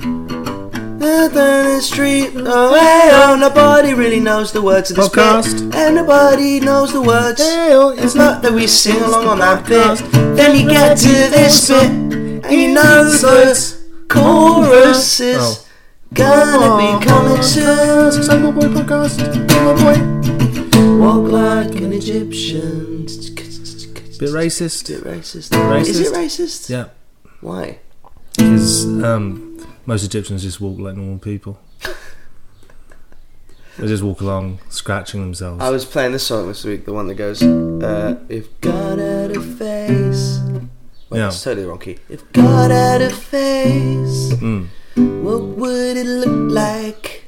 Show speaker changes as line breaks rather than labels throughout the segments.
Up in the street, oh, hey, oh, nobody really knows the words of this
Podcast.
bit. And nobody knows the words.
Hey, oh,
it's not that we sing along on that bit.
podcast.
Then you get to this bit, and you know the chorus is
Oh.
gonna be coming soon.
Cycle Boy Podcast. Cycle Boy.
Walk like an Egyptian.
Bit
Is
racist.
it racist? Is
Racist.
it racist?
Yeah,
Why?
because um, most Egyptians just walk like normal people. They just walk along, scratching themselves.
I was playing this song this week, the one that goes, uh, If God had a face. Wait,
Yeah.
it's totally the wrong key. If God had a face,
Mm.
what would it look like?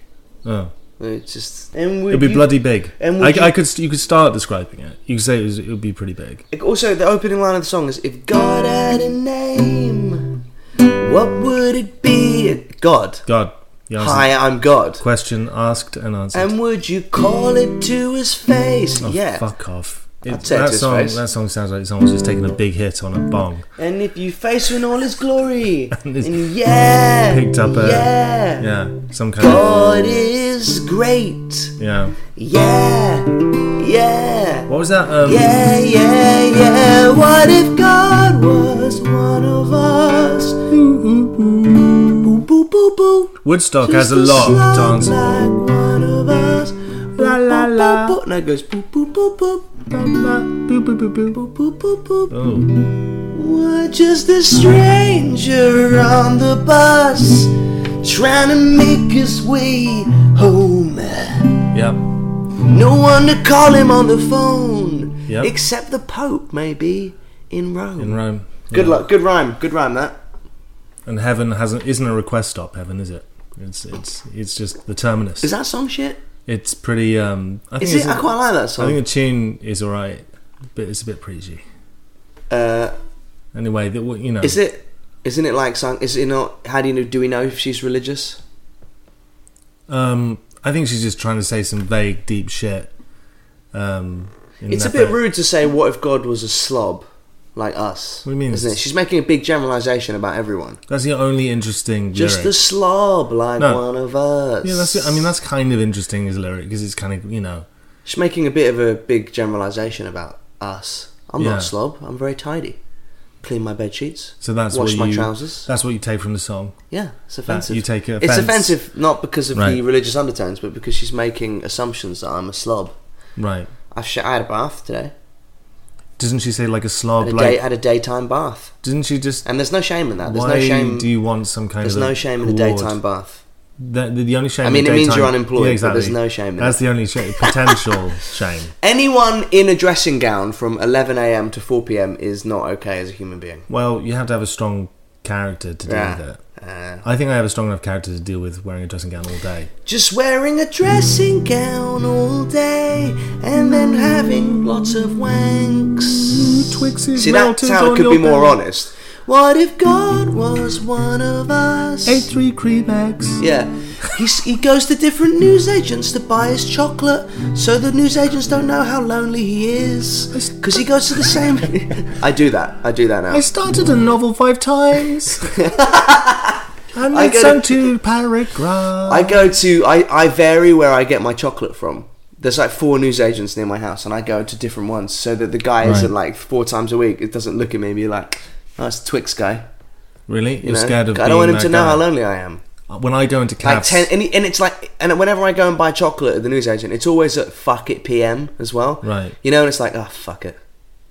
Oh.
It's just. And would
It'd be
you-
bloody big.
and
I,
would you-
I could, you could start describing it. You could say it, was, it would be pretty big.
Also, the opening line of the song is If God had a name, what would it be? God.
God, you answered
Hi, I'm God.
question asked and answered.
And would you call it to his face?
Oh,
yeah.
Fuck off. It-
I'd say it to
that
his
song,
face.
that song sounds like someone's just taken a big hit on a bong.
And if you face in all his glory,
And it's
and yeah,
picked up a-
yeah,
Yeah, some kind
God is great.
of yeah.
Yeah, yeah,
What was that? Um,
yeah, yeah, yeah. What if God was one of us? Boo, boo, boo, boo.
Woodstock has
Just
a lot
slug
of dance.
Like one of us.
La, la, la.
Boo, boo, boo, boo. No, it goes boo, boo, boo, boo, boo, boo, boo, boo.
Oh,
We're just a stranger on the bus trying to make his way home.
yeah.
No one to call him on the phone
Yep.
except the Pope, maybe in Rome.
In Rome.
Good
Yeah.
luck, good rhyme, good rhyme that.
And heaven hasn't isn't a request stop. Heaven is it? It's it's it's just the terminus.
Is that song shit?
It's pretty. Um, I think
Is it?
it's-
I quite like that
I
song.
think the tune is alright, but it's a bit preachy.
Uh,
Anyway, that w- you know.
is it? Isn't it like song? Is it not? How do you know? Do we know if she's religious?
Um, I think she's just trying to say some vague, deep shit. Um, in
It's a
that
bit
bit.
rude to say, "What if God was a slob like us?"
What do you mean?
Isn't it? She's making a big generalization about everyone.
That's the only interesting.
Just the
lyric.
slob, like
No.
one of us.
Yeah, that's. I mean, that's kind of interesting as a lyric because it's kind of you know.
She's making a bit of a big generalisation about us. I'm not
Yeah.
a slob. I'm very tidy. Clean my bed sheets.
So that's
wash
what
my
you,
trousers.
That's what you take from the song.
yeah, it's offensive.
you take
It's
offence.
offensive not because of the
Right.
religious undertones, but because she's making assumptions that I'm a slob.
Right.
I, sh- I had a bath today.
Doesn't she say like
Had
a slob?
a, day,
like,
had a daytime bath,
doesn't she just?
and there's no shame in that. There's
why
no shame.
do you want some kind
there's
of?
no shame in a
award?
daytime bath.
The, the, the only shame.
I mean,
in
it means
daytime-
you're unemployed,
Yeah,
but
exactly.
there's no shame in
That's
it.
the only shame, potential shame.
Anyone in a dressing gown from 11 a.m. to 4 p.m. is not okay as a human being.
Well, you have to have a strong character to deal with
Yeah.
it.
Uh,
I think I have a strong enough character to deal with wearing a dressing gown all day.
Just wearing a dressing gown all day and then having lots of wanks. See, that's how it could be more honest. What if God was one of us?
three cream eggs.
Yeah. He's, he goes to different newsagents to buy his chocolate so the newsagents don't know how lonely he is. Because he goes to the same. I do that. I do that now.
started a novel five times. and
I it's go to- on
two paragraphs.
I go to. I, I vary where I get my chocolate from. There's like four newsagents near my house, and I go to different ones so that the guy
Right.
isn't like four times a week. It doesn't look at me and be like, oh, it's Twix guy.
Really?
You
You're
know?
scared of
I
being
don't want him
that
to know
guy. Uh,
how lonely I am.
When I go into
Like
cabs,
ten, and, he- and it's like, and whenever I go and buy chocolate at the newsagent, it's always at fuck it PM as well.
Right.
You know, and it's like, oh fuck it.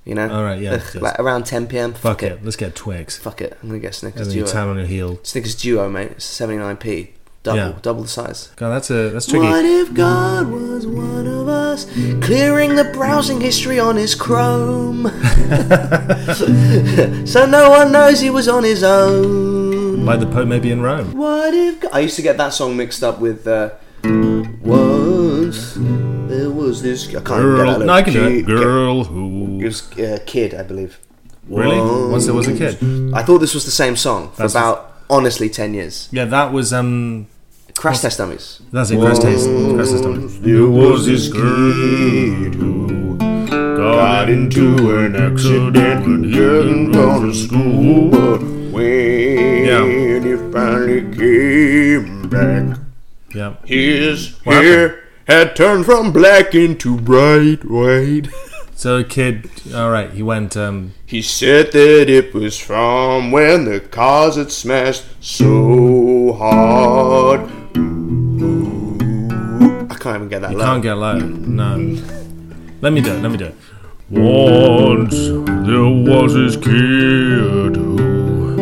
You know.
All right, yeah,
Ugh,
just-
like around 10 PM. Fuck,
fuck
it.
it, let's get Twix.
Fuck it. I'm gonna get Snickers
And then you
duo.
turn on your heel.
Snickers duo, mate. It's 79p. Double,
Yeah.
double the size.
God, that's a that's tricky.
What if God was one of us, clearing the browsing history on his Chrome? so no one knows he was on his own.
Like the Pope maybe in Rome.
What if God? I used to get that song mixed up with uh, once there was this I can't get
Girl,
out of
no, I can do it.
Ki-
Girl
It
who
was uh, Kid, I believe.
really? Once there was a kid.
I thought this was the same song for
That's-
about honestly ten years.
Yeah, that was um.
Crash Test Dummies.
That's it. Gross taste. Gross taste. There was this kid who got into an accident when he ran from school.
When
Yeah.
he finally came back,
Yeah.
his
What
hair had turned from black into bright white.
So a kid. All right. He went. Um.
He said that it was from when the cars had smashed so hard.
I can't even get that low.
Can't get low. No. Let me do it. Let me do it. Once there was this kid who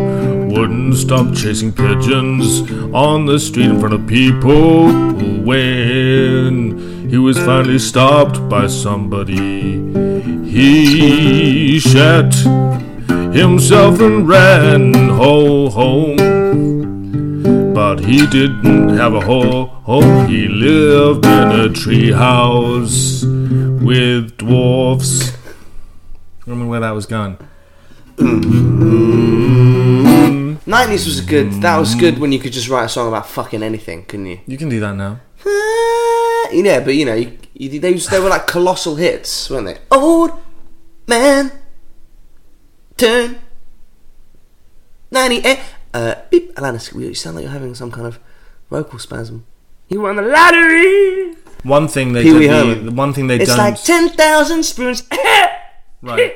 wouldn't stop chasing pigeons on the street in front of people when he was finally stopped by somebody. He shat himself and ran ho home. But he didn't have a ho- home. He lived in a treehouse with dwarfs. Remember where that was gone?
90s was good. That was
Mm.
good when you could just write a song about fucking anything, couldn't you?
You can do that now.
yeah, but you know, you, you, they, was- they were like colossal hits, weren't they? Old man, turn 98. Uh, beep, Alanis, you sound like you're having some kind of vocal spasm. You won the lottery!
One thing they
Pee-wee
did.
Herman.
The, the one thing they
It's
done.
like 10,000 spoons.
right.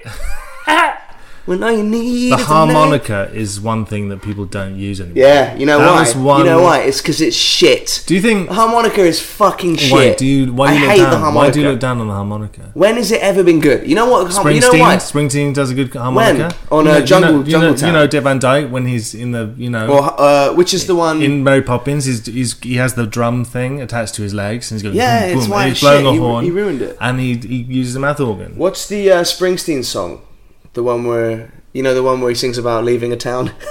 when all you need
The
is a
harmonica is one thing that people don't use anymore.
knife. Yeah, you know
That
why?
was one-
You know why? It's because it's shit.
Do you think?
The harmonica is fucking shit.
Why do you? Why do you
I
look
hate
down?
the harmonica.
Why do you look down on the harmonica?
When has it ever been good? You know what? Spring you
Springsteen.
know what?
Springsteen does a good harmonica.
On, uh,
you know,
Jungle-
you know, you
Jungle
know,
Town.
You know, Dave Van Dyke when he's in the. You know.
Or uh, which is the one?
in Mary Poppins, he's, he's he has the drum thing attached to his legs, and he's going
Yeah,
boom,
it's
boom,
why
and he's
shit,
blowing a
he-
horn.
he ruined it.
and he he uses a mouth organ.
what's the uh, Springsteen song? The one where you know the one where he sings about leaving a town.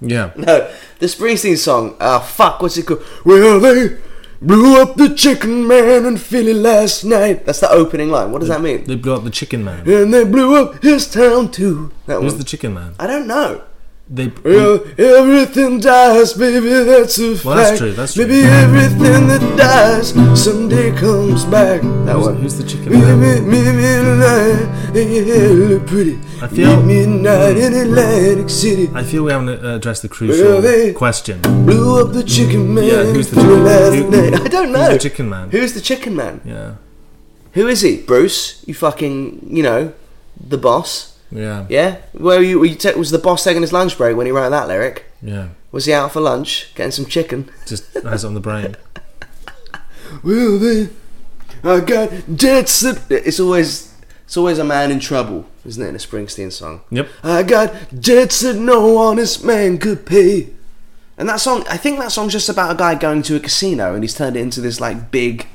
Yeah,
no, the Springsteen song. Uh, fuck, what's it called? Well, they blew up the chicken man in Philly last night. That's the opening line. What does that mean?
they blew up the chicken man.
and they blew up his town too. That
Who's
was
the chicken man?
I don't know.
They
Well, everything dies, baby, that's a fact.
Well, that's true, that's true.
Baby, everything that dies someday comes back. That
who's,
one.
who's the chicken
Me,
man?
me, me, me, light, and your hair look pretty.
I feel-
Meet midnight in Atlantic City.
I feel we haven't uh, addressed the crucial
Well, they-
question.
Blew up the chicken man.
Yeah, who's the
for
chicken-
last
who-
night. I don't
who's
know.
the chicken man?
Who's the chicken man?
Yeah,
Who is he? Bruce? You fucking, you know, the boss.
yeah, yeah.
Yeah? Where you, were you ta- was the boss taking his lunch break when he wrote that lyric? Was he out for lunch, getting some chicken?
Just has it on the brain.
Will they? I got dead slip. It's always it's always a man in trouble, isn't it? In a Springsteen song.
Yep.
I got debts that no honest man could pay. And that song, I think that song's just about a guy going to a casino and he's turned it into this like big.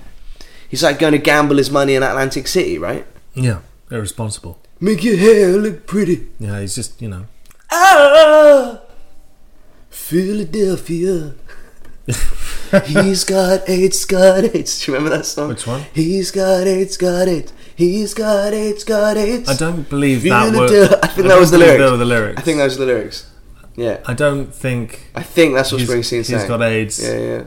He's like going to gamble his money in Atlantic City, right?
Yeah, irresponsible.
Make your hair look pretty.
Yeah, he's just you know.
Ah, Philadelphia. He's got eight, got eight. Do you remember that song?
Which one?
He's got eight, got eight. He's got eight, got eight.
I don't believe that were.
Philadelphia. I think that
don't
was the
believe
lyrics.
They were the lyrics.
I think those are the lyrics. Yeah,
I don't think
I think that's what
He's-
Springsteen
he's
saying.
got AIDS.
Yeah, yeah.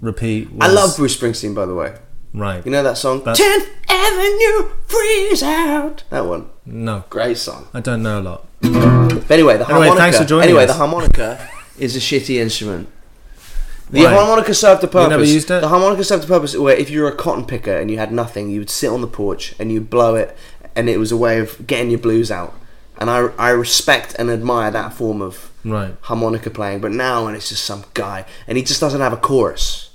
repeat. Was,
I love Bruce Springsteen, by the way.
Right.
You know that song?
That's-
Tenth Avenue, freeze out. That one,
no,
great song.
I don't know a lot.
But anyway, the
Anyway,
harmonica.
thanks for joining
anyway,
us.
the harmonica is a shitty instrument. The
Why?
harmonica served a purpose.
never used it?
The harmonica served a purpose where if you were a cotton picker and you had nothing, you would sit on the porch and you'd blow it, and it was a way of getting your blues out. And I, I respect and admire that form of
Right.
harmonica playing. But now, and it's just some guy, and he just doesn't have a chorus.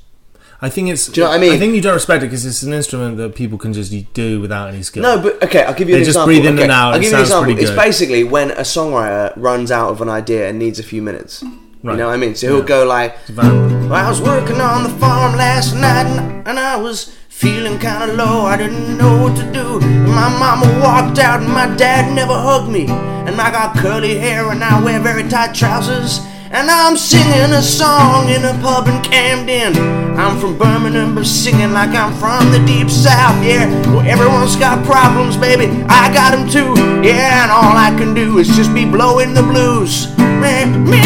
I think it's.
you know what I mean?
I think you don't respect it because it's an instrument that people can just do without any skill.
No, but okay, I'll give you
They
an
just
example.
breathe in
okay,
and out,
I'll
it
give you an
sounds
example.
pretty
It's
good.
basically when a songwriter runs out of an idea and needs a few minutes. You
Right.
know what I mean? So he'll go like,
Van.
I was working on the farm last night and, and I was feeling kind of low. I didn't know what to do. My mama walked out and my dad never hugged me. And I got curly hair and I wear very tight trousers. And I'm singing a song in a pub in Camden. I'm from Birmingham, but singing like I'm from the deep south. Yeah, well, everyone's got problems, baby. I got 'em too. Yeah, and all I can do is just be blowing the blues. Meh, meh,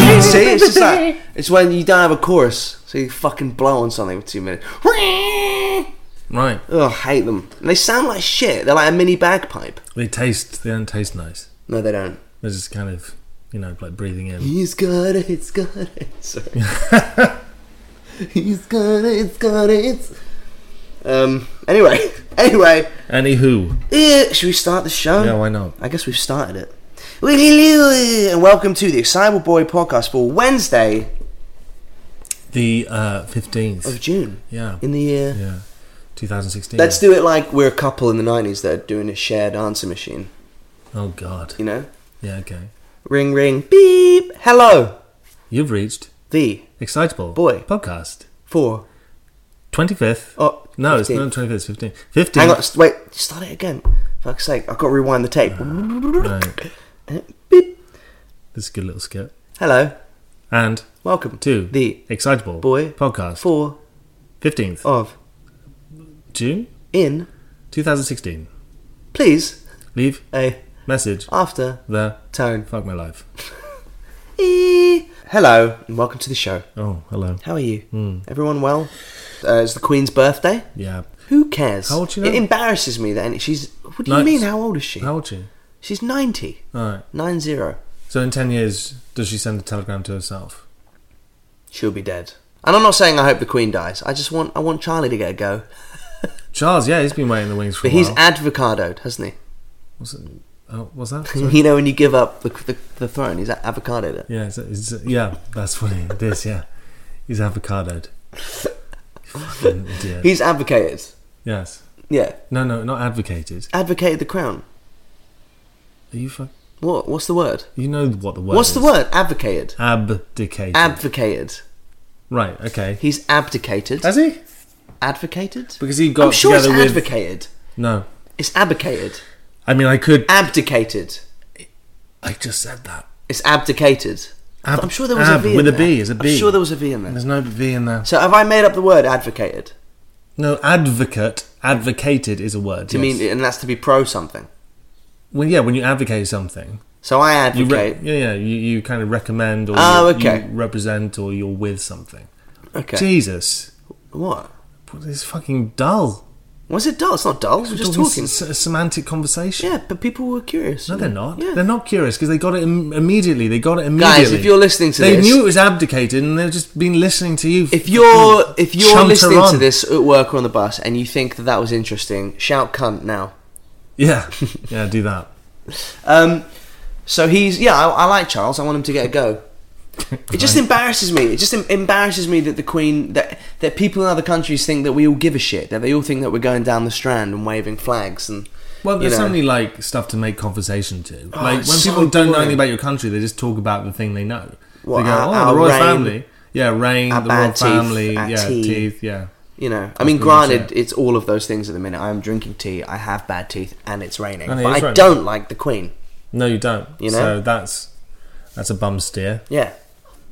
meh. See, it's just like it's when you don't have a chorus, so you fucking blow on something for two minutes. Oh,
Right.
I hate them. And they sound like shit. They're like a mini bagpipe.
They taste. They don't taste nice.
No, they don't.
They're just kind of, you know, like breathing in.
He's got it. It's got it. Sorry. He's got it. It's got it. Um. Anyway. Anyway.
Anywho.
Eh, should we start the show?
Yeah, why not?
I guess we've started it. Wee-lee-lee-lee, And welcome to the Excitable Boy podcast for Wednesday
The uh,
of
15th.
June
Yeah.
in the year
Yeah. 2016.
Let's do it like we're a couple in the 90s that are doing a shared answer machine,
Oh, God.
you know?
Yeah, okay.
Ring, ring, beep, hello,
You've reached
the
Excitable
Boy.
Podcast.
four.
25th.
Oh,
no, it's
15th.
not 25th, 15th. 15th.
Hang on, s- wait, start it again. Fuck's sake, I've got to rewind the tape.
Right.
Beep,
This is a good little skit.
hello,
And
welcome to
two.
the
Excitable
Boy.
Podcast.
four
15th.
of
June
in,
2016.
please,
Leave
a
message
after
there.
tone.
Fuck my life.
Eee. Hello, and welcome to the show.
Oh, hello.
How are you?
Hmm.
Everyone well? Uh, it's the Queen's birthday.
Yeah.
Who cares?
How old she
It
now?
embarrasses me that she's. What do you
Nice.
mean? How old is she?
How old she?
She's ninety.
All right.
Nine zero.
So in 10 years, does she send a telegram to herself?
She'll be dead. And I'm not saying I hope the Queen dies. I just want I want Charlie to get a go.
Charles, yeah, he's been waiting in the wings for
But
a while.
he's advocadoed, hasn't
What's it? Oh, what's that?
he?
Sorry.
you know when you give up the the, the throne, he's avocadoed it.
yeah, it's, it's, yeah, that's what it is, yeah. He's avocadoed. Fucking idiot.
He's advocated.
yes.
Yeah,
No, no, not advocated.
advocated the crown.
Are you fuck?
What? What's the word?
You know what the word
What's
is.
the word? Advocated.
Abdicated.
Advocated.
right, okay.
He's abdicated.
Has he?
advocated.
Because he got
I'm sure it's
together with-
advocated.
No.
It's abdicated.
I mean, I could.
Abdicated.
I just said that.
It's abdicated.
Ab-
I'm sure there was
ab
a V in
with a
there.
B, is a B.
I'm sure there was a V in there.
There's no V in there.
So have I made up the word advocated?
No, advocate, advocated is a word.
To
yes.
mean, and that's to be pro something.
Well, yeah, when you advocate something,
So I
you re-
advocate.
yeah, yeah, you, you kind of recommend or
Oh,
you-
okay.
you represent or you're with something.
okay.
Jesus,
What?
what is fucking dull?
Was it dull? It's not dull. We're just talking.
s- a semantic conversation.
yeah, but people were curious.
No, they're not.
Yeah.
They're not curious because they got it Im- immediately. They got it immediately.
Guys, if you're listening to
they
this,
knew it was abdicated, and they've just been listening to you.
if you're
fucking
if you're
chunter
listening to
on.
this at work or on the bus and you think that that was interesting, shout cunt now.
yeah, yeah, do that.
Um, so he's yeah, I, I like Charles. I want him to get a go. It just embarrasses me. It just em- embarrasses me that the Queen that that people in other countries think that we all give a shit. That they all think that we're going down the Strand and waving flags and
Well,
you
there's
know. Oh,
only like stuff to make conversation to. like when
it's so
people don't know
boring.
anything about your country, they just talk about the thing they know.
What,
they go,
our-
"Oh,
our
the royal
rain,
family." Yeah, rain,
our
the
bad
royal
teeth,
family,
our
yeah,
tea."
teeth. yeah.
you know. I mean,
pretty much
granted,
it.
it's all of those things at the minute. I am drinking tea. I have bad teeth, and it's raining.
And it
but I
is raining.
don't like the Queen.
No, you don't.
You know?
So that's that's a bum steer.
Yeah.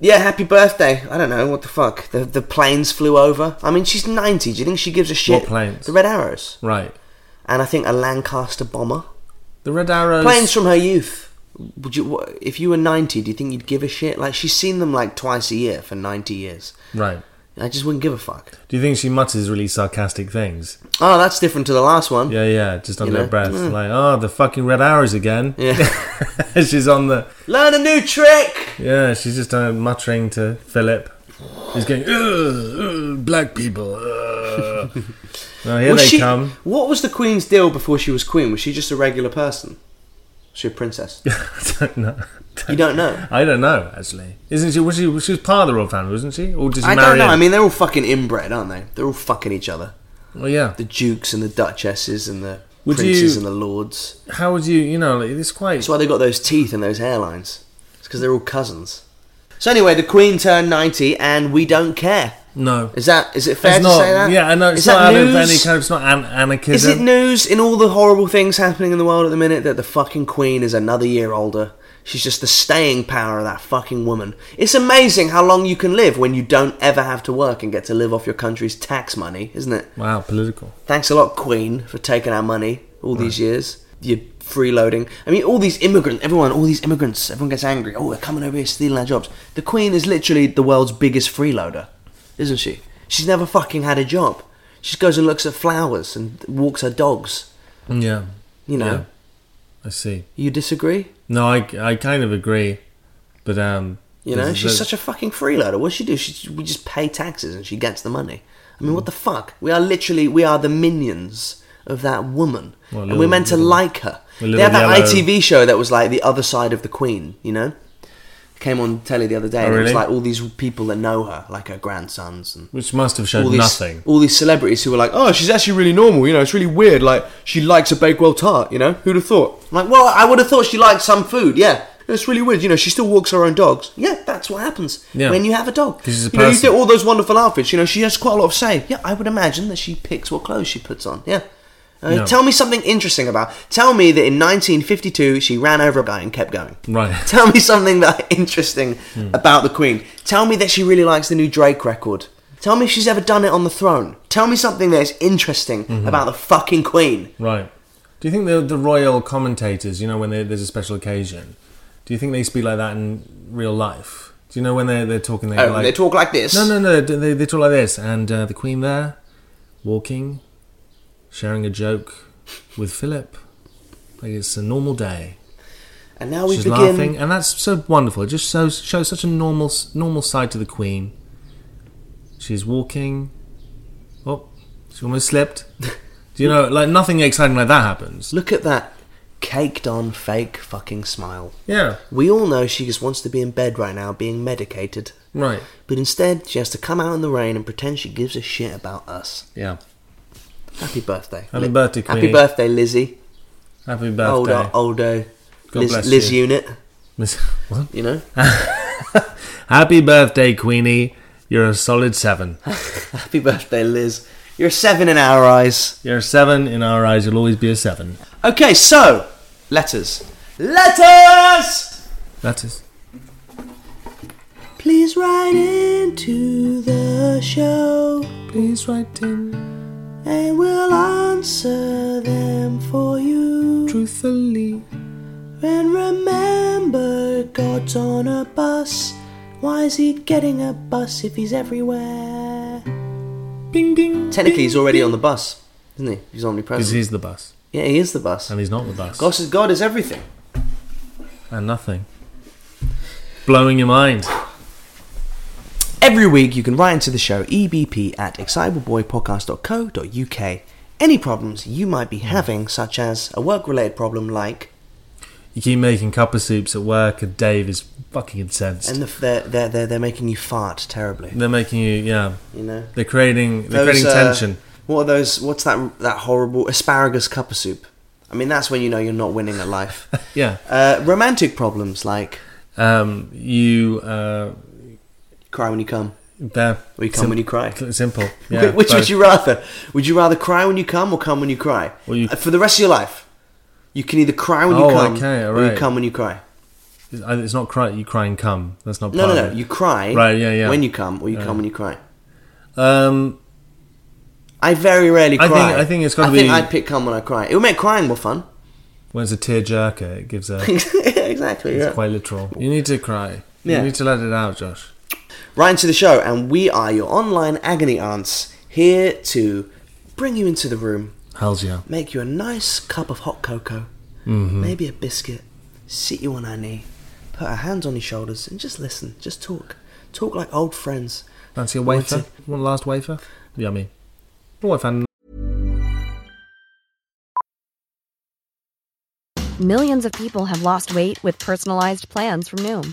Yeah, happy birthday. I don't know, what the fuck. The the planes flew over. I mean, she's 90. Do you think she gives a shit?
planes?
The Red Arrows.
Right.
And I think a Lancaster bomber.
The Red Arrows.
Planes from her youth. Would you? wha- If you were ninety, do you think you'd give a shit? Like she's seen them like twice a year for ninety years.
Right.
I just wouldn't give a fuck.
Do you think she mutters really sarcastic things?
Oh, that's different to the last one.
Yeah, yeah, just under
You know? Mm.
her breath. Like, oh, the fucking Red Arrows again.
Yeah.
she's on the.
Learn a new trick.
Yeah, she's just uh, muttering to Philip. He's going, ugh, ugh, black people. Ugh. well, here
Was
they
she-
come.
What was the queen's deal before she was queen? Was she just a regular person? Was she a princess?
I don't know.
you don't know.
I don't know actually. Isn't she? Was she? She was part of the royal family, wasn't she? Or did she
I
marry?
don't know.
in?
I mean, they're all fucking inbred, aren't they? They're all fucking each other.
well, yeah.
The dukes and the duchesses and the
Would
princes
you-
and the lords.
How would you? You know, like, it's quite.
That's why they got those teeth and those hairlines. It's because they're all cousins. So anyway, the Queen turned ninety, and we don't care.
No.
Is that is it fair
It's
to
not,
say that?
Yeah, I know it's
Is
not
that
out of
news?
any kind of, it's not an- anarchism.
Is it news in all the horrible things happening in the world at the minute that the fucking Queen is another year older? She's just the staying power of that fucking woman. It's amazing how long you can live when you don't ever have to work and get to live off your country's tax money, isn't it?
Wow, political.
Thanks a lot, Queen, for taking our money all these years. You're freeloading. I mean, all these immigrants, everyone, all these immigrants, everyone gets angry. Oh, they're coming over here stealing our jobs. The Queen is literally the world's biggest freeloader, isn't she? She's never fucking had a job. She just goes and looks at flowers and walks her dogs.
Yeah,
You know,
Yeah. I see.
you disagree?
No, I, I kind of agree, but um,
You know,
there's-
she's
there's-
such a fucking freeloader. What does she do? She, we just pay taxes and she gets the money. I mean, what the fuck? We are literally, we are the minions of that woman.
Well,
and we're
little-
meant to
little-
like her.
a
They
little
had that
yellow-
ITV show that was like the other side of the queen, you know? Came on telly the other day.
Oh,
and It was
really?
like all these people that know her, like her grandsons and
which must have shown
all these,
nothing.
all these celebrities who were like, oh, she's actually really normal, you know, it's really weird. Like, she likes a Bakewell tart, you know? Who'd have thought? I'm like, well, I would have thought she liked some food, yeah. It's really weird, you know, she still walks her own dogs. Yeah, that's what happens
Yeah.
when you have a dog.
'Cause she's a
you know, you
person.
get all those wonderful outfits, you know, she has quite a lot of say. Yeah, I would imagine that she picks what clothes she puts on, yeah. Uh,
No.
Tell me something interesting about. Tell me that in 1952 she ran over a guy and kept going.
Right.
Tell me something that interesting
Hmm.
about the Queen. Tell me that she really likes the new Drake record. Tell me if she's ever done it on the throne. Tell me something that is interesting
Mm-hmm.
about the fucking Queen.
Right. Do you think the the royal commentators, you know, when they, there's a special occasion, do you think they speak like that in real life? Do you know when they're they're talking? They
Oh,
like,
they talk like this.
No, no, no. They, they talk like this, and uh, the Queen there, walking, sharing a joke with Philip. Like it's a normal day.
And now we
She's
begin.
laughing, and that's so wonderful. It just shows shows such a normal s- normal side to the Queen. She's walking. Oh, she almost slipped. Do you know, like nothing exciting like that happens.
Look at that caked on fake fucking smile.
Yeah,
We all know she just wants to be in bed right now being medicated.
right.
But instead, she has to come out in the rain and pretend she gives a shit about us.
Yeah.
Happy birthday.
Happy birthday,
Happy
Queenie.
birthday, Lizzie.
Happy
Old,
birthday.
old, old
God
Liz,
bless
Liz
you.
unit,
Miss- what?
you know?
Happy birthday, Queenie. You're a solid seven.
Happy birthday, Liz. You're a seven in our eyes.
You're a seven in our eyes. You'll always be a seven.
Okay, so letters. Letters!
That is.
Please write into the show
Please write in
and we'll answer them for you.
truthfully.
And remember, God's on a bus. Why is he getting a bus if he's everywhere?
Bing, bing.
Technically, he's already on the bus, isn't he? He's
Because
omnipresent.
he's the bus,
Yeah, he is the bus.
and he's not the bus,
God is, God is everything.
and nothing. Blowing your mind.
Every week, you can write into the show ebp at excitablepodcast.co.uk any problems you might be having, such as a work related problem like,
You keep making cup of soups at work, and Dave is fucking incensed.
and the, they're, they're, they're, they're making you fart terribly,
they're making you, yeah.
you know?
They're creating, they're
Those,
creating
uh,
tension.
What are those? What's that? That horrible asparagus cup of soup. I mean, that's when you know you're not winning at life.
Yeah.
uh, romantic problems like
Um, you, uh,
cry when you come,
there.
or you come
Sim-
when you cry.
Simple. Yeah,
Which
both.
would you rather? Would you rather cry when you come or come when you cry?
Well, you-
Uh, For the rest of your life, you can either cry when you
Oh,
come
okay,
or you
alright.
come when you cry.
It's uh, it's not cry. You cry and come. That's not.
No,
part
no,
of
no.
it.
You cry
Right, yeah, yeah.
when you come or you
Yeah.
come when you cry.
Um,
I very rarely cry.
I think- I think it's gotta
I think
be-
I'd pick come when I cry. It would make crying more fun.
when it's a tearjerker, it gives a. It's
exactly. Yeah.
quite literal. You need to cry.
Yeah.
You need to let it out, Josh.
Right into the show, and we are your online agony aunts here to bring you into the room,
Hell's yeah.
make you a nice cup of hot cocoa,
Mm-hmm.
maybe a biscuit, sit you on our knee, put our hands on your shoulders, and just listen, just talk, talk like old friends.
Fancy a
What's
wafer? One last wafer? Yummy. Oh, I found
Millions of people have lost weight with personalized plans from Noom,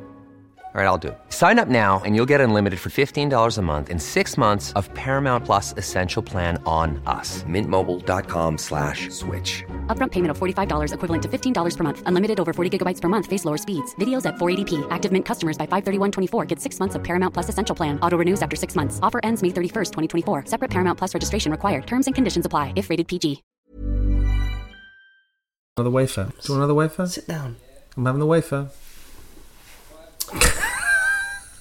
All right, I'll do it. Sign up now and you'll get unlimited for $15 a month and six months of Paramount Plus Essential Plan on us. Mintmobile.com slash switch.
Upfront payment of $45 equivalent to $15 per month. Unlimited over 40 gigabytes per month. Face lower speeds. Videos at 480p. Active Mint customers by 531.24 get six months of Paramount Plus Essential Plan. Auto renews after six months. Offer ends May 31st, 2024. Separate Paramount Plus registration required. Terms and conditions apply if rated PG.
Another wafer. Do you want another wafer?
Sit down.
I'm having the wafer.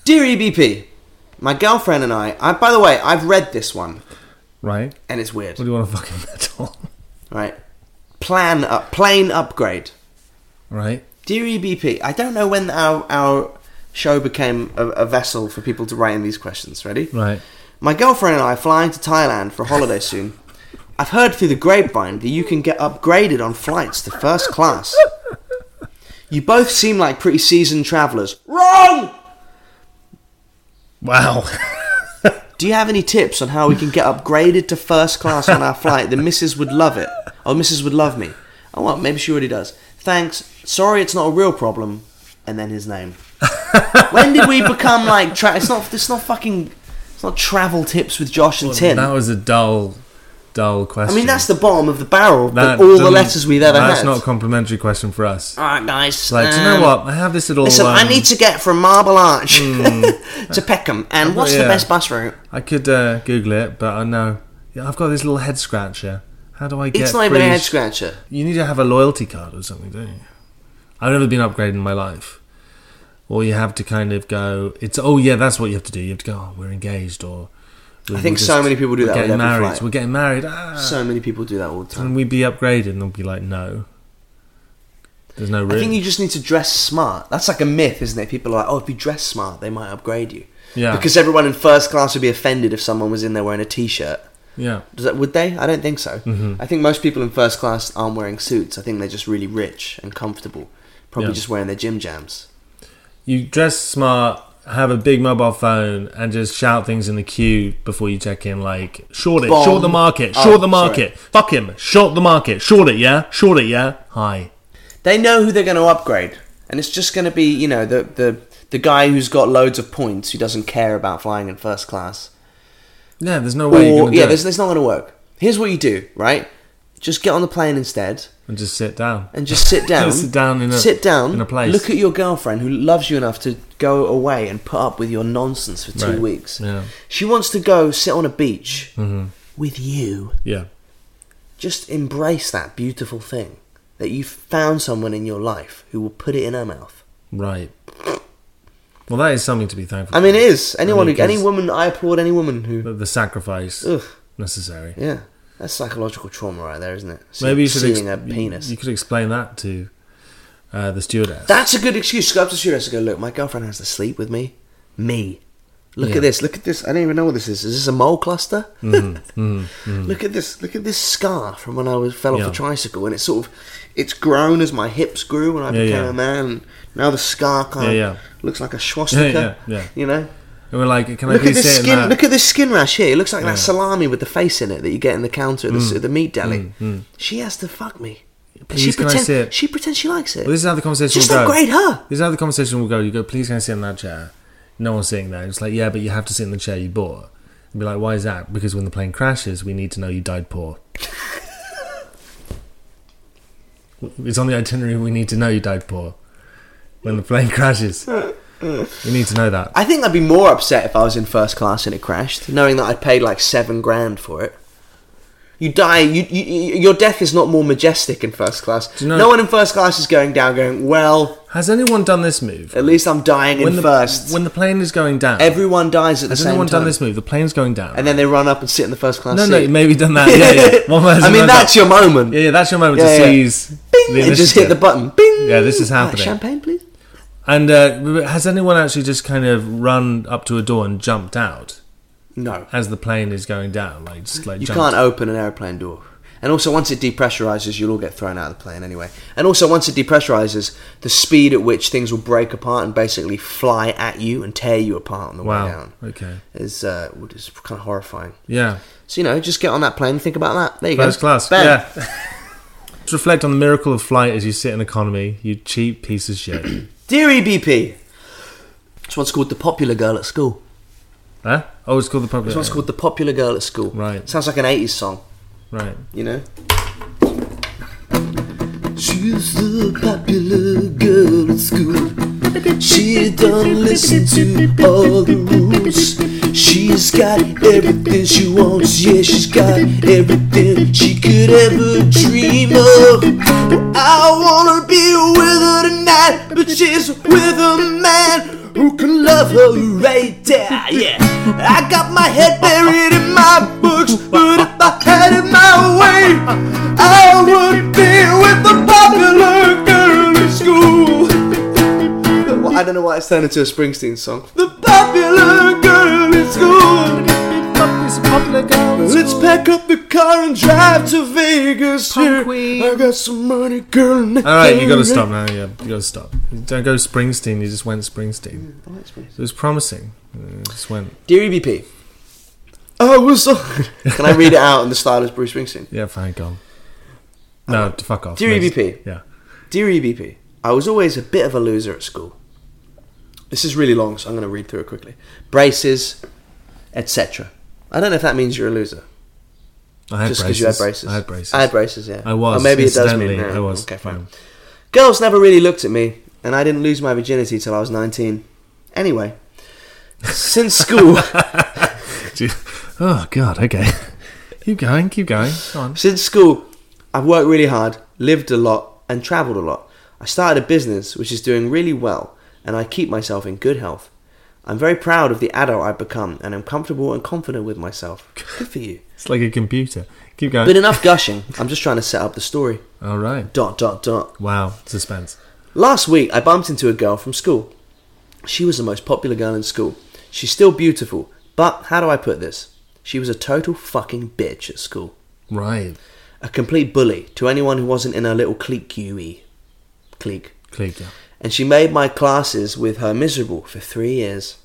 Dear EBP, my girlfriend and I, I. By the way, I've read this one
Right.
and it's weird.
What do you want to fucking bet on?
Right. Plan up, plane upgrade.
Right.
Dear EBP, I don't know when our our show became a, a vessel for people to write in these questions. Ready?
Right.
My girlfriend and I are flying to Thailand for a holiday soon. I've heard through the grapevine that you can get upgraded on flights to first class. You both seem like pretty seasoned travellers. Wrong!
Wow.
Do you have any tips on how we can get upgraded to first class on our flight? The missus would love it. Oh, missus would love me. Oh, well, maybe she already does. Thanks. Sorry, it's not a real problem. And then his name. when did we become like tra- it's not it's not fucking it's not travel tips with Josh and Tim.
That was a dull, dull question.
I mean, that's the bottom of the barrel of
That
the- all the
doesn't-
letters we've ever
That's
had.
not a complimentary question for us.
all right, guys.
Like, do you know
um,
what? I have this little.
Listen, I
um, hmm.
need to get from Marble Arch to Peckham, and what's
yeah.
the best bus route?
I could uh, Google it, but I know. Yeah, I've got this little head scratcher. How do I get?
It's not even a
free
head
sh-
scratcher.
You need to have a loyalty card or something, don't you? I've never been upgraded in my life. Or you have to kind of go. It's oh yeah, that's what you have to do. You have to go. Oh, we're engaged, or we-
I think
we're just-
so many people do
we're
that with
Getting
every
married.
flight.
We're getting married. Ah.
So many people do that all the
and
time.
we'd be upgraded, and they'll be like, no. There's no
I
room.
think you just need to dress smart. That's like a myth, isn't it? People are like, oh, if you dress smart, they might upgrade you.
yeah.
Because everyone in first class would be offended if someone was in there wearing a t-shirt.
yeah.
Does that, would they? I don't think so.
Mm-hmm.
I think most people in first class aren't wearing suits. I think they're just really rich and comfortable. Probably
Yeah.
just wearing their gym jams.
you dress smart, have a big mobile phone, and just shout things in the queue before you check in, like short it,
Bomb.
short the market,
Oh,
short the market, fuck him, short the market, short it, yeah, short it, yeah. Hi,
they know who they're going to upgrade, and it's just going to be you know the the the guy who's got loads of points who doesn't care about flying in first class.
yeah. There's no way you're
or
gonna
yeah,
do
this
it.
it's not going to work. Here's what you do, right? Just get on the plane instead
and just sit down.
and just sit down.
sit down in a
sit down.
in a place.
Look at your girlfriend who loves you enough to go away and put up with your nonsense for two
Right.
weeks.
Yeah. Mm-hmm.
She wants to go sit on a beach with you.
yeah,
Just embrace that beautiful thing that you found someone in your life who will put it in her mouth.
right. Well, that is something to be thankful.
I mean, it is. Anyone,
mean,
who, any
because-
woman, I applaud any woman who.
the, the sacrifice
Ugh,
necessary.
yeah, that's psychological trauma right there, isn't it? See-
Maybe you should
seeing
ex-
a penis.
You could explain that to uh, the stewardess.
that's a good excuse. to Go up to the stewardess and go, look, my girlfriend has to sleep with me. Me. Look
Yeah. Mm-hmm.
at this. Look at this. I don't even know what this is. Is this a mole cluster? Look at this. Look at this scar from when I was fell off
Yeah.
a tricycle, and it's sort of, it's grown as my hips grew when I
Yeah,
became
yeah.
a man. Now the scar kind of
Yeah, yeah.
looks like a swastika.
yeah, yeah.
You know.
and we're like, can I
Look at
please
this
sit in
skin.
that?
Look at this skin rash here. It looks like
Yeah. Mm.
that salami with the face in it that you get in the counter at the, s at the meat deli. She has to fuck me. she
Please, can I
pretend,
see it?
She pretends she likes it.
Well, this is how the conversation
Just
will go.
upgrade her.
This is how the conversation will go. You go, please can I sit in that chair? No one's sitting there. It's like, yeah, but you have to sit in the chair you bought. And be like, why is that? Because when the plane crashes, we need to know you died poor. it's on the itinerary. We need to know you died poor. When the plane crashes, we need to know that.
I think I'd be more upset if I was in first class and it crashed, knowing that I paid like seven grand for it. You die. You, you, you- your death is not more majestic in first class.
you know-
no one in first class is going down, going, "Well,
Has anyone done this move?
at least I'm dying
when
in
the
first.
when the plane is going down.
Everyone dies at the
has
same
anyone
time.
done this move? The plane's going down.
and then they run up and sit in the first class
no,
seat.
no, maybe done that. Yeah, yeah. One person
I mean,
done
that's
that.
your moment.
Yeah, yeah, that's your moment
Yeah,
to
yeah.
seize.
Bing!
the
and just hit the
initiative.
button. Bing!
Yeah, this is
Ah,
happening.
champagne, please.
And uh, has anyone actually just kind of run up to a door and jumped out
No,
as the plane is going down? Like just like
you
jumped.
can't open an airplane door. And also, once it depressurizes, you'll all get thrown out of the plane anyway. And also, once it depressurizes, the speed at which things will break apart and basically fly at you and tear you apart on the way
Wow.
down
Okay.
is uh, is kind of horrifying.
Yeah.
So you know, just get on that plane and think about that. There you
First
go.
class.
Bang.
Yeah. Just reflect on the miracle of flight as you sit in economy. You cheap piece of shit.
Dear EBP, this one's called the popular girl at school.
huh? Oh, it's called the public.
This one's called the popular girl at school.
Right.
Sounds like an '80s song,
Right.
you know. She's the popular girl at school. She don't listen to all the rules. She's got everything she wants. Yeah, she's got everything she could ever dream of. I wanna be with her tonight, but she's with a man who can love her right there. Yeah, I got my head buried in my books, but if I had it my way, I would be with the popular girl in school. I don't know why it's turned into a Springsteen song. The popular girl in school. Let's pack up the car and drive to Vegas. Here. I got some money, girl. and
All right, you got to
everything.
stop now. Yeah, you got to stop. You don't go Springsteen. You just went
Mm,
Springsteen. It was promising. Uh, just went.
Dear EBP, I was on. Can I read it out in the style of Bruce Springsteen?
Yeah, fine, gone. No, to fuck off.
Dear
Next.
EBP.
Yeah.
Dear EBP, I was always a bit of a loser at school. This is really long, so I'm going to read through it quickly. Braces, etc. I don't know if that means you're a loser.
I had
just because
braces.
you had braces.
I had braces.
I had braces, yeah.
I was.
Or maybe it does
incidentally,
mean. yeah.
I was.
Okay, fine.
Yeah.
Girls never really looked at me, and I didn't lose my virginity till I was 19. Anyway, since school.
Gee- Oh God. Okay. keep going. Keep going. Go on.
Since school, I've worked really hard, lived a lot, and travelled a lot. I started a business which is doing really well, and I keep myself in good health. I'm very proud of the adult I've become, and I'm comfortable and confident with myself. Good for you.
It's like a computer. Keep going.
But enough gushing. I'm just trying to set up the story.
All right.
Dot dot dot.
Wow. Suspense.
Last week, I bumped into a girl from school. She was the most popular girl in school. She's still beautiful, but how do I put this? She was a total fucking bitch at school.
Right.
A complete bully to anyone who wasn't in her little clique UE. Clique.
Click. Yeah.
And she made my classes with her miserable for three years.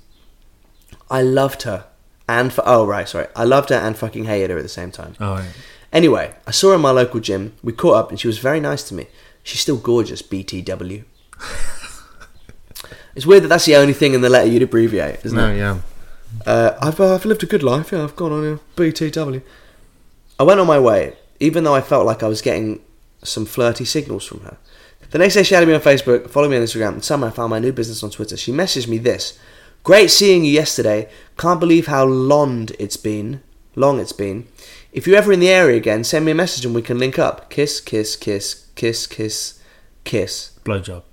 I loved her. And for oh right, sorry. I loved her and fucking hated her at the same time.
All right.
Anyway, I saw her in my local gym, we caught up and she was very nice to me. She's still gorgeous, BTW. it's weird that that's the only thing in the letter you'd abbreviate, isn't
No.
it?
Yeah.
Uh, I've, uh, I've lived a good life. Yeah, I've gone on a BTW. I went on my way, even though I felt like I was getting some flirty signals from her. The next day, she added me on Facebook, followed me on Instagram, and somehow found my new business on Twitter. She messaged me this: "Great seeing you yesterday. Can't believe how long it's been. Long it's been. If you're ever in the area again, send me a message and we can link up. Kiss, kiss, kiss, kiss, kiss, kiss."
Blowjob.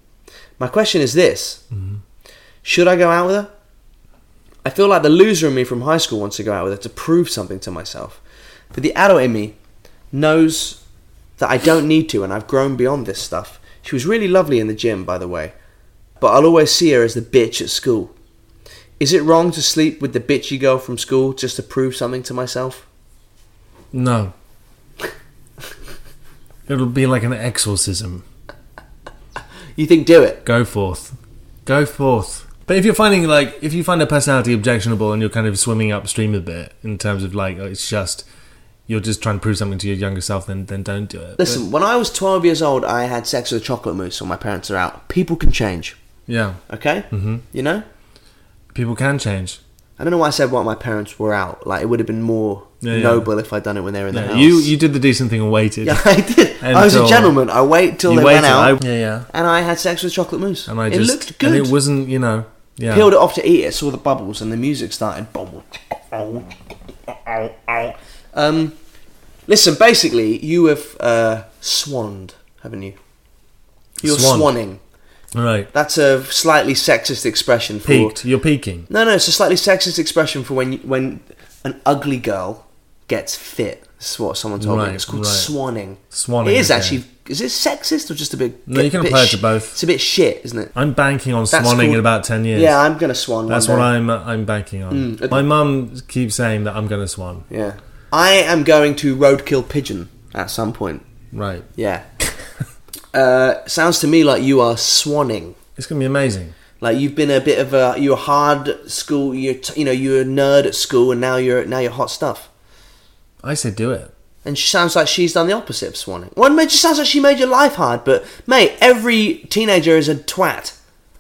My question is this Should I go out with her? I feel like the loser in me from high school wants to go out with her to prove something to myself. But the adult in me knows that I don't need to and I've grown beyond this stuff. She was really lovely in the gym, by the way, but I'll always see her as the bitch at school. Is it wrong to sleep with the bitchy girl from school just to prove something to myself?
No. It'll be like an exorcism.
You think do it?
Go forth. Go forth. But if you're finding like if you find a personality objectionable and you're kind of swimming upstream a bit in terms of like oh, it's just you're just trying to prove something to your younger self, then then don't do it.
Listen, when I was 12 years old, I had sex with a chocolate mousse, so my parents are out. People can change,
yeah,
okay? Mm-hmm. You know?
people can change.
I don't know why I said what my parents were out. Like it would have been more
Yeah, yeah.
noble if I'd done it when they were in the
Yeah,
house.
you you did the decent thing and waited.
yeah, I did. I was a
Until-
gentleman. I waited till
you
they
waited.
went out,
I- yeah, yeah.
and I had sex with chocolate mousse.
And I
it
just
looked good.
And it wasn't you know yeah.
Peeled it off to eat it. Saw the bubbles, and the music started. Bubble. Um, listen. Basically, you have uh, swanned, haven't you? You're
Swanned.
swanning.
All right.
That's a slightly sexist expression for
Peaked. You're peaking.
No, no, it's a slightly sexist expression for when you, when an ugly girl gets fit. This is what someone told
Right,
me. It's called
right.
swanning.
Swanning,
It is
okay.
actually. Is it sexist or just a bit?
No, you can
a bit
apply it
sh-
to both.
It's a bit shit, isn't it?
I'm banking on
That's
swanning
called-
in about ten years.
Yeah, I'm gonna swan.
That's
one
what
day.
I'm uh, I'm banking on.
Mm.
My mum keeps saying that I'm going to swan.
Yeah, I am going to roadkill pigeon. at some point.
Right.
Yeah. uh, sounds to me like you are swanning.
It's going to be amazing.
Like you've been a bit of a you're hard at school. You're t- you know you're a nerd at school, and now you're now you're hot stuff.
I say do it.
And she sounds like she's done the opposite of swanning. Well, it just sounds like she made your life hard. But mate, every teenager is a twat.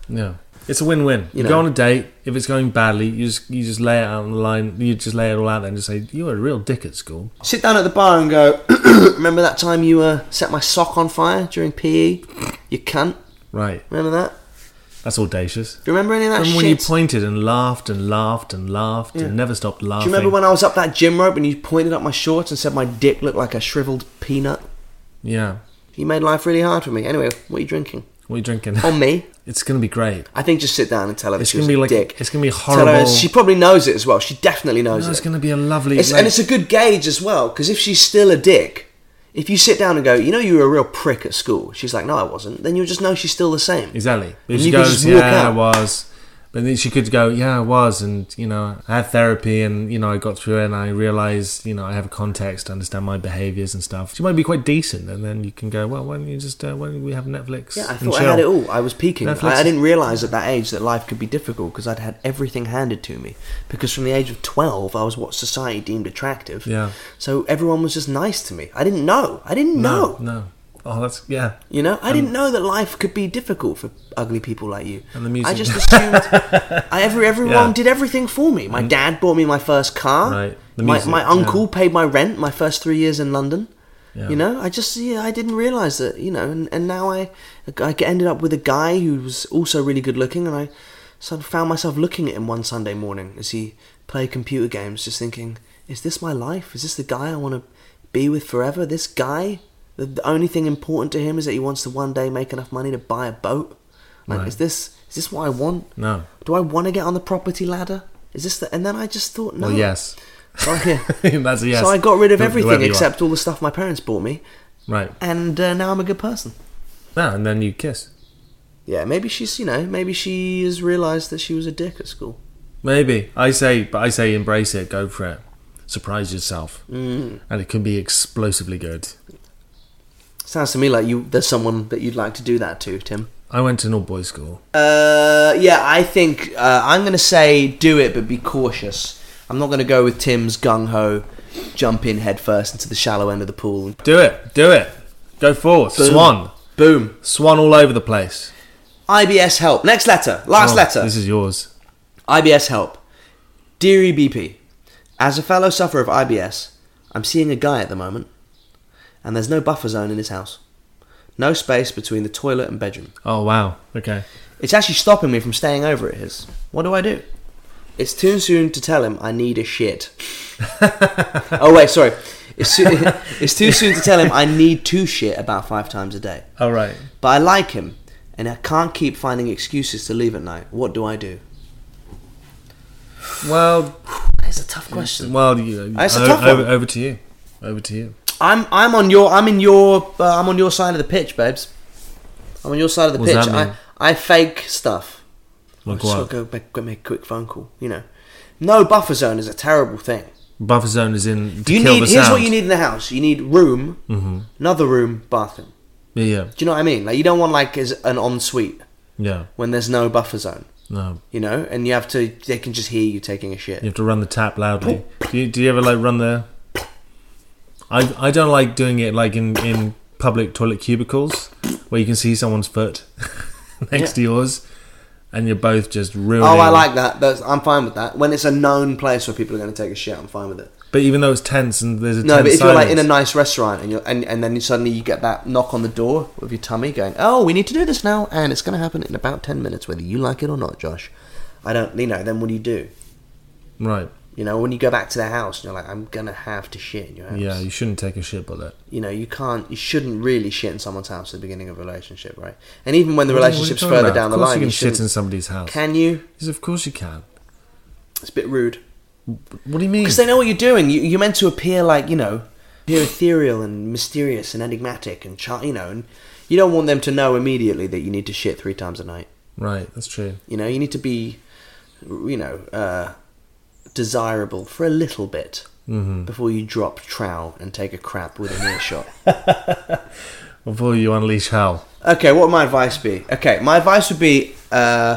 Yeah. It's a win-win. You,
know.
go on a date. If it's going badly, you just you just lay it out on the line. You just lay it all out there and just say you were a real dick at school.
Sit down at the bar and go. Remember that time you uh, set my sock on fire during PE? You cunt.
Right.
Remember that?
That's audacious.
Do you remember any of that
and
Ah, shit?
when you pointed and laughed and laughed and laughed
Yeah.
and never stopped
Do
laughing.
you remember when I was up that gym rope and you pointed up my shorts and said my dick looked like a shriveled peanut?
Yeah.
You made life really hard for me. Anyway, what are you drinking?
What are you drinking?
On me.
It's gonna be great.
I think just sit down and tell her. that
It's
she
gonna
was
be
a
like-
dick.
it's gonna be
Tell her-
horrible.
she probably knows it as well. She definitely knows
No,
Oh, it.
it's gonna be a lovely.
It's- and it's a good gauge as well because if she's still a dick, if you sit down and go, you know, you were a real prick at school. She's like, no, I wasn't. Then you'll just know she's still the same.
exactly. But
And
if
you
she
can just
goes,
walk
yeah, I
out."
was. But then she could go, yeah, I was, and you know, I had therapy, and you know, I got through it, and I realized, you know, I have a context, I understand my behaviors and stuff. She might be quite decent, and then you can go, well, why don't you just, uh, why don't we have Netflix?
Yeah, I
and
thought I
chill?"
had it all. I was peaking. I,
Netflix
I
is-
didn't realize at that age that life could be difficult because I'd had everything handed to me. Because from the age of twelve, I was what society deemed attractive.
Yeah.
So everyone was just nice to me. I didn't know. I didn't know.
no, no. Oh, that's yeah.
You know, I didn't know that life could be difficult for ugly people like you.
And the music-
I just assumed I every everyone
Yeah. Mm.
did everything for me. My dad bought me my first car.
Right. The
My
music,
my uncle
yeah.
paid my rent my first three years in London.
Yeah.
You know, I just yeah, I didn't realize that. You know, and, and now I I get- ended up with a guy who was also really good looking, and I sort of found myself looking at him one Sunday morning as he played computer games, just thinking, is this my life? Is this the guy I want to be with forever? This guy, the, the only thing important to him is that he wants to one day make enough money to buy a boat. Like,
Right.
is this is this what I want?
No.
Do I want to get on the property ladder? Is this the? And then I just thought, no.
Well, yes.
So, yeah.
that's a yes.
So I got rid of
Who-
everything
whoever you are.
except all the stuff my parents bought me,
right.
and uh, now I'm a good person.
No, and then you kiss.
Yeah, maybe she's you know maybe she has realised that she was a dick at school.
Maybe I say, but I say, embrace it, go for it, surprise yourself, mm. and it can be explosively good.
Sounds to me like you there's someone that you'd like to do that to, Tim.
I went to an all-boys school.
Uh, yeah, I think uh, I'm gonna say do it, but be cautious. I'm not gonna go with Tim's gung ho, jump in head first into the shallow end of the pool.
Do it, do it, go forward, swan,
Boom.
swan all over the place.
IBS help. Next letter. Last
Oh,
letter.
This is yours.
IBS help. Dear EBP, as a fellow sufferer of IBS, I'm seeing a guy at the moment, and there's no buffer zone in his house. No space between the toilet and bedroom.
Oh wow. Okay.
It's actually stopping me from staying over at his. What do I do? It's too soon to tell him I need a shit. oh, wait, sorry. It's, soo- it's too soon to tell him I need to shit about five times a day.
All right.
But I like him, and I can't keep finding excuses to leave at night. What do I do?
Well,
That's a tough question.
well, you,
That's a
o-
tough
over,
one.
over to you. Over to you.
I'm I'm on your I'm in your uh, I'm on your side of the pitch, babes. I'm on your side of the
What does
pitch.
that mean?
I I fake stuff. I
Like
just
what?
gotta go make, go make a quick phone call. You know, no buffer zone is a terrible thing.
Buffer zone is in. To
you
kill
need
the
here's what
sound. Mm-hmm.
you need in the house. You need room, another room, bathroom.
Yeah, yeah,
Do you know what I mean? Like you don't want like as an ensuite
yeah.
when there's no buffer zone.
No,
You know, and you have to they can just hear you taking a shit.
you have to run the tap loudly. Do you, do you ever like run the? I I don't like doing it like in in public toilet cubicles where you can see someone's foot next to yours, and you're both just ruining.
Oh, I like that. That's, I'm fine with that. When it's a known place where people are going to take a shit, I'm fine with it.
But even though it's tense and there's a
No,
tense
but if you're like in a
silence-
nice restaurant and you're and, and then suddenly you get that knock on the door with your tummy going, oh, we need to do this now, and it's going to happen in about ten minutes, whether you like it or not, Josh. I don't, you know. Then what do you do?
right,
You know, when you go back to the house, and you're like, I'm gonna have to shit in your house.
yeah, you shouldn't take a shit bullet.
You know, you can't, you shouldn't really shit in someone's house at the beginning of a relationship, right? And even when the
What are you- what are you
relationship's
talking
further
about?
down the
Of course
line,
you can
you
shit in
shouldn't-
somebody's house.
Can you?
Yes, of course you can.
It's a bit rude.
What do you mean?
Because they know what you're doing. You, you're meant to appear like you know, appear ethereal and mysterious and enigmatic and char- you know, and you don't want them to know immediately that you need to shit three times a night.
Right, that's true.
You know, you need to be, you know, uh, desirable for a little bit. before you drop trowel and take a crap within earshot.
Before you unleash hell.
okay, what would my advice be? Okay, my advice would be uh,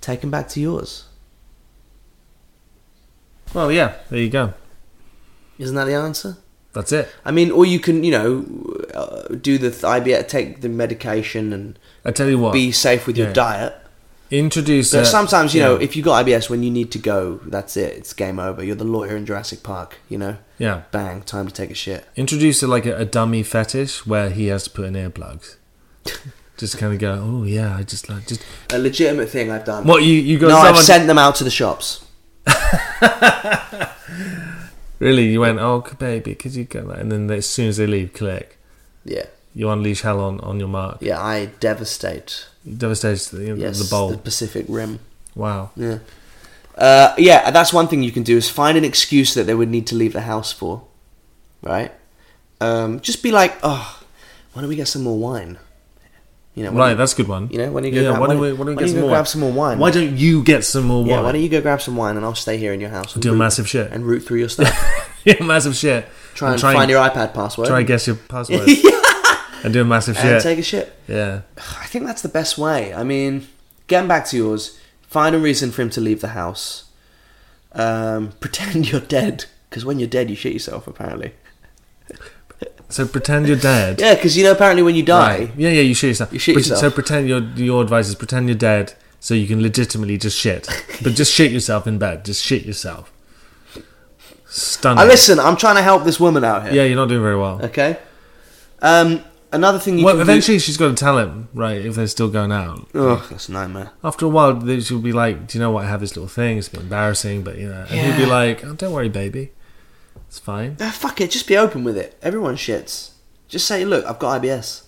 take him back to yours.
Well, yeah, there you go.
Isn't that the answer?
That's it.
I mean, or you can, you know, uh, do the th- IBS, take the medication and
I tell you what.
be safe with your
Yeah.
diet.
Introduce.
But
a-
sometimes, you know,
yeah.
if you got IBS, when you need to go, that's it. It's game over. You're the lawyer in Jurassic Park, you know?
Yeah.
Bang, time to take a shit.
Introduce a, like a, a dummy fetish where he has to put in earplugs. just kind of go, oh yeah, I just like just.
A legitimate thing I've done.
What you you got?
no,
someone
I've sent them out to the shops.
really? You went, oh c- baby, could you get that? And then as soon as they leave, click.
Yeah.
You unleash hell on on your mark.
Yeah, I devastate.
You devastate the,
Yes,
the bowl.
the Pacific Rim.
wow.
Yeah. Uh, yeah, that's one thing you can do is find an excuse that they would need to leave the house for, right? Um, just be like, oh, why don't we get some more wine? You know, why
Right,
don't-
that's a good one.
you know, when you go grab-
why don't
when-
we, why don't we
when
get
you
some
go
more
grab some more wine?
Why don't you get some more wine?
yeah. Why don't you go grab some wine and I'll stay here in your house. and
do a
root-
massive shit?
and root through your stuff.
yeah, massive shit.
try and find your iPad password.
Try and guess your password. And do a massive
and
shit.
take a shit.
yeah.
I think that's the best way. I mean, getting back to yours, find a reason for him to leave the house. Um, pretend you're dead, because when you're dead, you shit yourself. Apparently,
So pretend you're dead.
yeah, because you know, apparently when you die,
Right. Yeah, yeah, you shit yourself.
You shit
Pret-
yourself.
So pretend your your advice is pretend you're dead so you can legitimately just shit. but just shit yourself in bed. Just shit yourself. Stunning.
I listen. I'm trying to help this woman out here.
Uh, Yeah, you're not doing very well.
Okay. Um, another thing you
well,
can
eventually she's got to tell him, right, if they're still going
do.
out.
Oh, that's a nightmare.
After a while, they- she'll be like, "Do you know what? I have this little thing. It's a bit embarrassing, but you know." And he'll be
Yeah.
like, oh, "Don't worry, baby. It's fine."
Ah, fuck it. Just be open with it. Everyone shits. Just say, look, I've got IBS.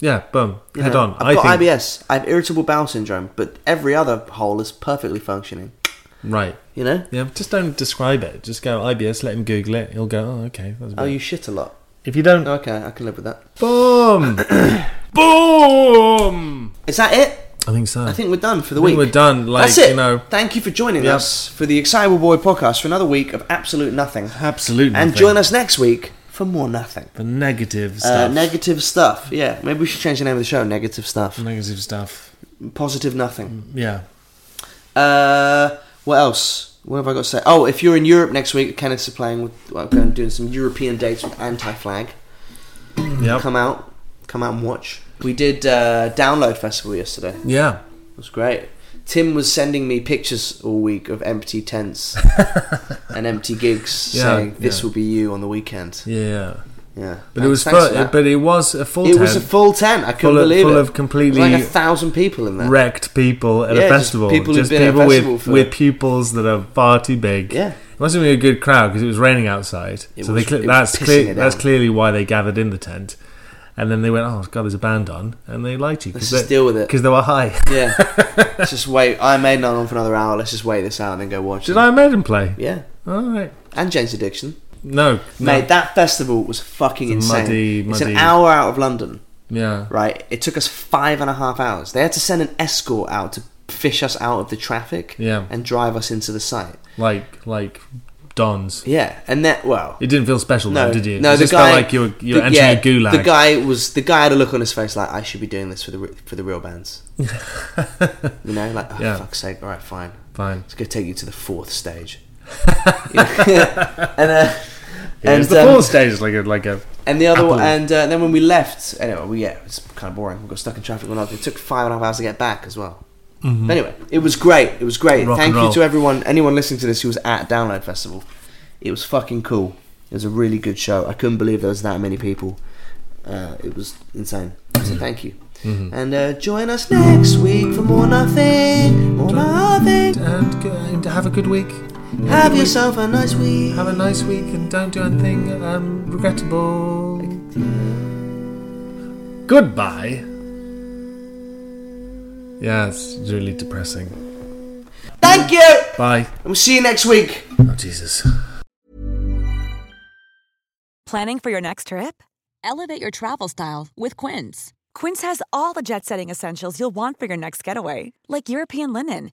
Yeah, boom.
You
Head
know,
on.
I've
I
got
think
IBS. I have irritable bowel syndrome, but every other hole is perfectly functioning.
right.
You know?
Yeah, just don't describe it. Just go IBS. Let him Google it. He'll go, "Oh, okay." That's
Oh,
better."
you shit a lot.
if you don't,
Okay, I can live with that.
boom, boom.
Is that it?
I think so.
I think we're done for the
Uh, I think
week.
we're done, like,
That's it.
you know.
Thank you for joining
Yeah.
us for the Excitable Boy podcast for another week of absolute nothing.
absolutely.
And join us next week for more nothing.
for negative
Uh,
stuff.
negative stuff. Yeah, maybe we should change the name of the show. Negative stuff.
negative stuff.
Positive nothing.
Yeah.
Uh, what else? What have I got to say? Oh, if you're in Europe next week, Kenneth's are playing with. Well, going and doing some European dates with Anti Flag.
Yep.
Mm-hmm. Come out, come out and watch. We did uh, Download Festival yesterday.
Yeah.
It was great. Tim was sending me pictures all week of empty tents and empty gigs,
Yeah,
saying this
yeah.
will be you on the weekend. Yeah,
Yeah. But
Thanks-
it was,
thanks
fu-
for that.
but it was a full.
it was a
tent,
full tent. I couldn't
Full of-
believe
full
it.
of completely
It was like a thousand people in there.
wrecked people at
Yeah,
a
just
festival. Just
people
people,
who've been at a festival
with,
for-
with pupils that are far too big.
Yeah.
It wasn't really a good crowd because it was raining outside.
It
so
was-
they cle-
it was
that's
pissing
clear,
it
that's
down.
clearly why they gathered in the tent. And then they went, oh god, there's a band on, and they liked you
Let's just deal with it.
because they were high.
Yeah. Let's just wait. I made none on for another hour. Let's just wait this out and then go watch.
Did
them.
I Maiden play?
Yeah.
All right.
And Jane's Addiction.
No, no.
Mate, that festival was fucking
It's a
insane.
muddy-
It's an
muddy-
hour out of London,
yeah.
right? It took us five and a half hours. They had to send an escort out to fish us out of the traffic
Yeah.
and drive us into the site.
Like like Dons.
Yeah. And that, well.
It didn't feel special
no,
though, did you?
no.
it
The
just
guy,
felt like you were you were
the-
entering
yeah,
a gulag.
The guy was the guy had a look on his face like I should be doing this for the re- for the real bands. you know, like oh,
Yeah.
fuck's sake. All right, fine.
Fine.
It's going to take you to the fourth stage. and uh, and,
It's the
um,
full stage, like a like a
and the other one,
apple.
and uh, then when we left, anyway, we, yeah, it's kind of boring. We got stuck in traffic. and all that. It took five and a half hours to get back as well. But anyway, it was great. It was great.
Mm-hmm. Rock
Thank
and
you
roll.
to everyone, anyone listening to this who was at Download Festival. It was fucking cool. It was a really good show. I couldn't believe there was that many people. Uh, it was insane.
Mm-hmm.
So thank you. And uh, join us next week for more nothing, more nothing.
and, go- and have a good week.
Have yourself a nice week.
Have a nice week and don't do anything um, regrettable. Goodbye. Yeah, it's really depressing.
Thank you.
Bye.
And we'll see you next week.
Oh, Jesus.
Planning for your next trip? Elevate your travel style with Quince. Quince has all the jet setting essentials you'll want for your next getaway, like European linen,